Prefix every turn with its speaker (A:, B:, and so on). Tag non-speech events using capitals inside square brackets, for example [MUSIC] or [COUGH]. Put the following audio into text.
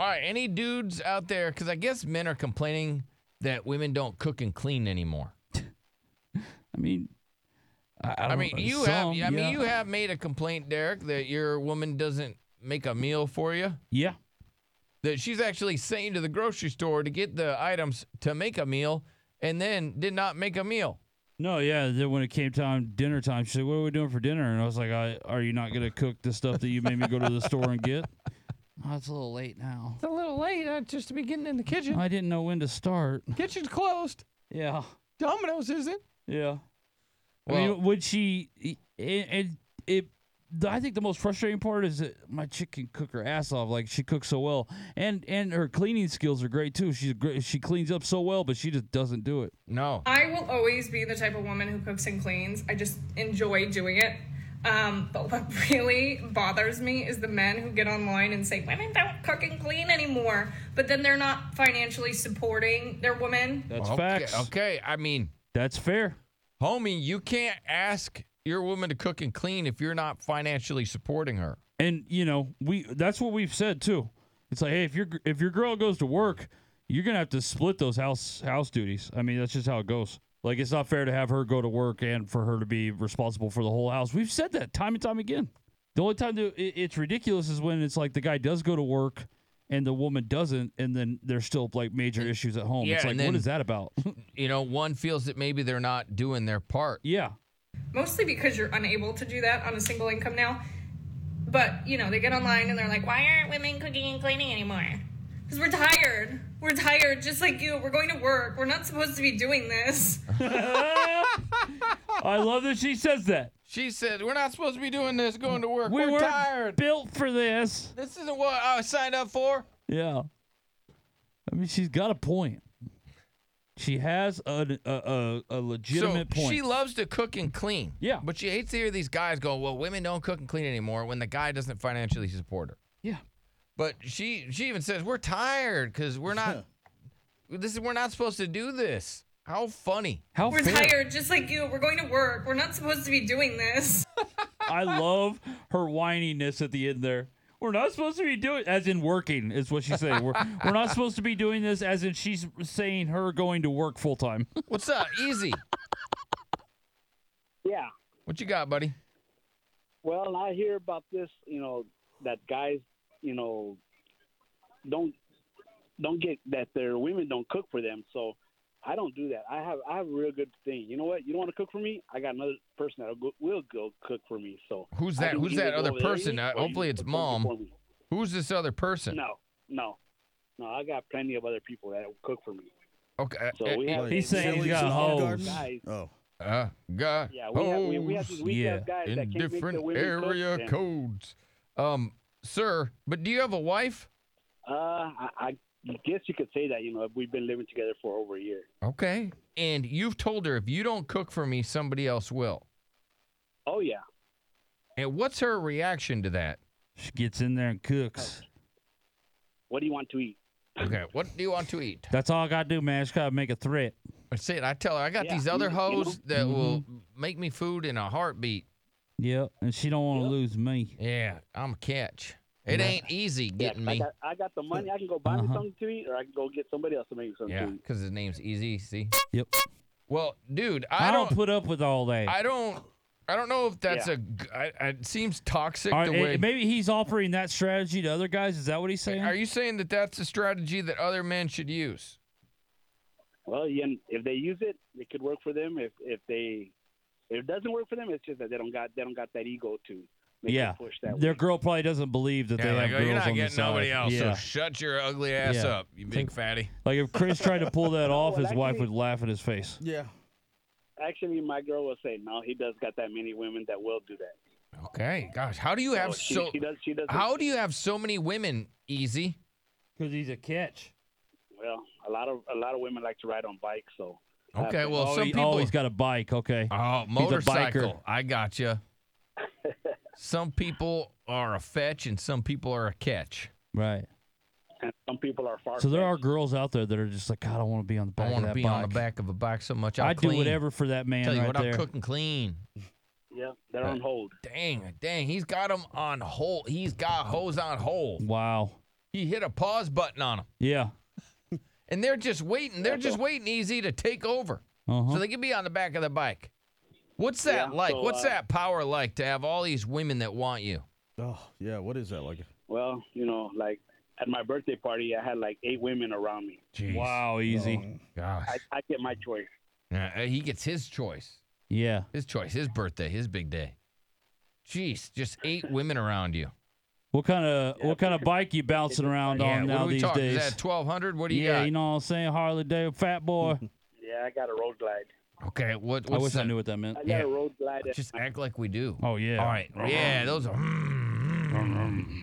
A: All right, any dudes out there? Because I guess men are complaining that women don't cook and clean anymore.
B: I mean, I, I
A: I
B: don't-
A: mean, you have. I
B: some, yeah,
A: mean, you have made a complaint, Derek, that your woman doesn't make a meal for you.
B: Yeah,
A: That she's actually sent you to the grocery store to get the items to make a meal, and then did not make a meal.
B: no, yeah. Then when it came time dinner time, she said, "What are we doing for dinner?" And I was like, I, "Are you not gonna cook the stuff that you made me go to the store and
A: [LAUGHS]
B: get?" Oh, it's a little late now.
A: It's a little late. I just to be getting in the kitchen.
B: I didn't know when to start.
A: Kitchen's closed.
B: Yeah,
A: Domino's isn't.
B: yeah.
A: Well,
B: I mean, would she? It, it, it, the- I think the most frustrating part is that my chick can cook her ass off. Like she cooks so well, and and her cleaning skills are great too. She's great. She cleans up so well, but she just doesn't do it.
A: no.
C: I will always be the type of woman who cooks and cleans. I just enjoy doing it. Um, but what [LAUGHS] really bothers me is the men who get online and say women don't cook and clean anymore, but then they're not financially supporting their women.
B: That's
A: okay,
B: facts.
A: Okay. I mean,
B: That's fair.
A: homie, you can't ask your woman to cook and clean if you're not financially supporting her.
B: And you know, we that's what we've said too. It's like, hey, if your if your girl goes to work, you're gonna have to split those house house duties. I mean, that's just how it goes. Like it's not fair to have her go to work and for her to be responsible for the whole house. We've said that time and time again. The only time that it, it's ridiculous is when it's like the guy does go to work and the woman doesn't, and then there's still like major issues at home.
A: Yeah,
B: it's like,
A: and then-
B: what is that about? [LAUGHS]
A: You know, one feels that maybe they're not doing their part.
B: yeah,
C: mostly because you're unable to do that on a single income now. But you know, they get online and they're like, "Why aren't women cooking and cleaning anymore?" Because we're tired. We're tired, just like you. We're going to work. We're not supposed to be doing this.
B: I love that she says
A: [LAUGHS]
B: that.
A: She said, "We're not supposed to be doing this. Going to work.
B: We
A: We are
B: weren't
A: tired.
B: built for this.
A: This isn't what I signed up for."
B: Yeah. I mean, she's got a point. She has a a, a, a legitimate
A: so
B: point.
A: she loves to cook and clean.
B: Yeah.
A: but she hates to hear these guys go, "Well, women don't cook and clean anymore." When the guy doesn't financially support her.
B: yeah.
A: But she she even says, "We're tired because we're
B: [LAUGHS]
A: not. this is we're not supposed to do this." How funny!
B: How
C: We're
B: fair.
C: tired, just like you. We're going to work. We're not supposed to be doing this.
B: I love her whininess at the end there. We're not supposed to be doing as in working is what she's saying. We're
A: [LAUGHS]
B: we're not supposed to be doing this as in she's saying her going to work full time.
A: What's
B: [LAUGHS]
A: up, Easy?
D: Yeah.
A: What you got, buddy?
D: Well, and I hear about this, you know, that guys, you know, don't don't get that their women don't cook for them. So I don't do that. I have I have a real good thing. You know what? You don't want to cook for me? I got another person that will go, will go cook for me. So
A: Who's
D: I
A: that-
D: can
A: who's
D: either
A: that
D: go
A: other
D: over there
A: person?
D: eat,
A: Uh,
D: or you
A: hopefully
D: can
A: it's
D: cook it
A: mom.
D: for me.
A: Who's this other person?
D: No, no, no. I got plenty of other people that will cook for me.
A: Okay.
D: So we have
B: He's
D: we
B: saying
D: have
B: he's
D: these
B: got
D: weekend
B: hoes.
D: Guys.
E: Oh,
A: Uh, God.
D: Yeah, we have we, we have these
B: yeah.
D: weekend guys that
A: in
D: can't make the
A: different
D: women cook
A: area
D: and-
A: codes. Um, sir, but do you have a wife?
D: Uh, I, I guess you could say that. You know, we've been living together for over a year.
A: Okay. And you've told her if you don't cook for me, somebody else will.
D: Oh yeah.
A: And what's her reaction to that?
B: She gets in there and cooks.
D: What do you want to eat?
A: Okay, what do you want to eat?
B: That's all I gotta do, man. I just gotta make a threat.
A: That's it. I tell her I got
D: Yeah,
A: these other
D: you- you know.
A: hoes that will make me food in a heartbeat.
B: Yep. And she don't wanna lose me.
A: Yeah, I'm a catch. It ain't easy getting
D: yeah,
A: me.
D: I got, I got the money. I can go buy me
B: Uh-huh.
D: something to eat, or I can go get somebody else to make me something
A: Yeah,
D: to eat.
A: because his name's Easy. See.
B: Yep.
A: Well, dude,
B: I,
A: I,
B: don't,
A: don't.
B: put up with all that.
A: I don't. I don't know if that's
D: Yeah.
A: a g I I It seems toxic
B: All
A: the
B: right,
A: way.
B: eh, maybe he's offering that strategy to other guys. Is that what he's saying?
A: Are you saying that that's a strategy that other men should use?
D: Well, yeah, if they use it, it could work for them. If if they if it doesn't work for them, it's just that they don't got they don't got that ego to make
B: yeah,
D: them push that.
B: their
D: way.
B: girl probably doesn't believe that they have girls
A: "Oh, you're not
B: on the
A: getting
B: side.
A: nobody else,
B: Yeah,
A: so shut your ugly ass
B: Yeah.
A: up, you big fatty.
B: like if Chris tried to pull
D: [LAUGHS]
B: that off,
D: Well,
B: his wife
D: actually-
B: would laugh in his face.
E: yeah.
D: Actually, my girl will say, no, he does got that many women that will do that.
A: Okay, gosh, how do you have
D: So she,
A: so?
D: she Oh, does. She does.
A: How do you have so many women? Easy.
B: Because he's a catch.
D: Well, a lot of a lot of women like to ride on bikes, so.
A: Okay, well,
B: oh,
A: some
B: he,
A: people.
B: oh, he's got a bike. Okay,
A: oh,
B: biker.
A: motorcycle. I gotcha. some people are a fetch, and some people are a catch.
B: right.
D: And some people are far.
B: So there are girls out there that are just like, God, I want to be on the back.
A: I
B: want
A: want to be on the back of a bike so much. I'll
B: I'd do
A: clean.
B: whatever for that man
A: Tell you
B: right
A: what,
B: there.
A: I'll cook and clean.
D: Yeah, they're on hold.
A: Dang, dang, he's got him on hold. He's got hose on hold.
B: Wow.
A: He hit a pause button on them,
B: Yeah.
A: and they're just waiting. They're just waiting easy to take over,
B: Uh huh.
A: so they can be on the back of the bike. What's that
D: Yeah,
A: like?
D: so,
A: What's
D: uh,
A: that power like to have all these women that want you?
E: Oh, yeah. What is that like?
D: Well, you know, like at my birthday party, I had like eight women around me.
A: Jeez.
B: Wow, easy.
E: Oh.
A: Gosh.
D: I, I get my choice.
A: Yeah, he gets his choice.
B: Yeah.
A: His choice. His birthday. His big day. Jeez, just eight women around you.
B: What kind of what kind of bike you bouncing around
A: yeah,
B: on
A: what
B: now
A: are we
B: these
A: talking?
B: days?
A: Is that uh, twelve hundred? What do you
B: yeah,
A: got?
B: you know what I'm saying? Harley Day, fat
A: [LAUGHS]
B: boy.
D: Yeah, I got a road glide.
A: okay, what? What's
B: I wish I
A: that?
B: knew what that meant.
D: I got
A: Yeah.
D: a road glide.
A: Just act like we do.
B: Oh yeah.
A: hmm. All right. Yeah, those are.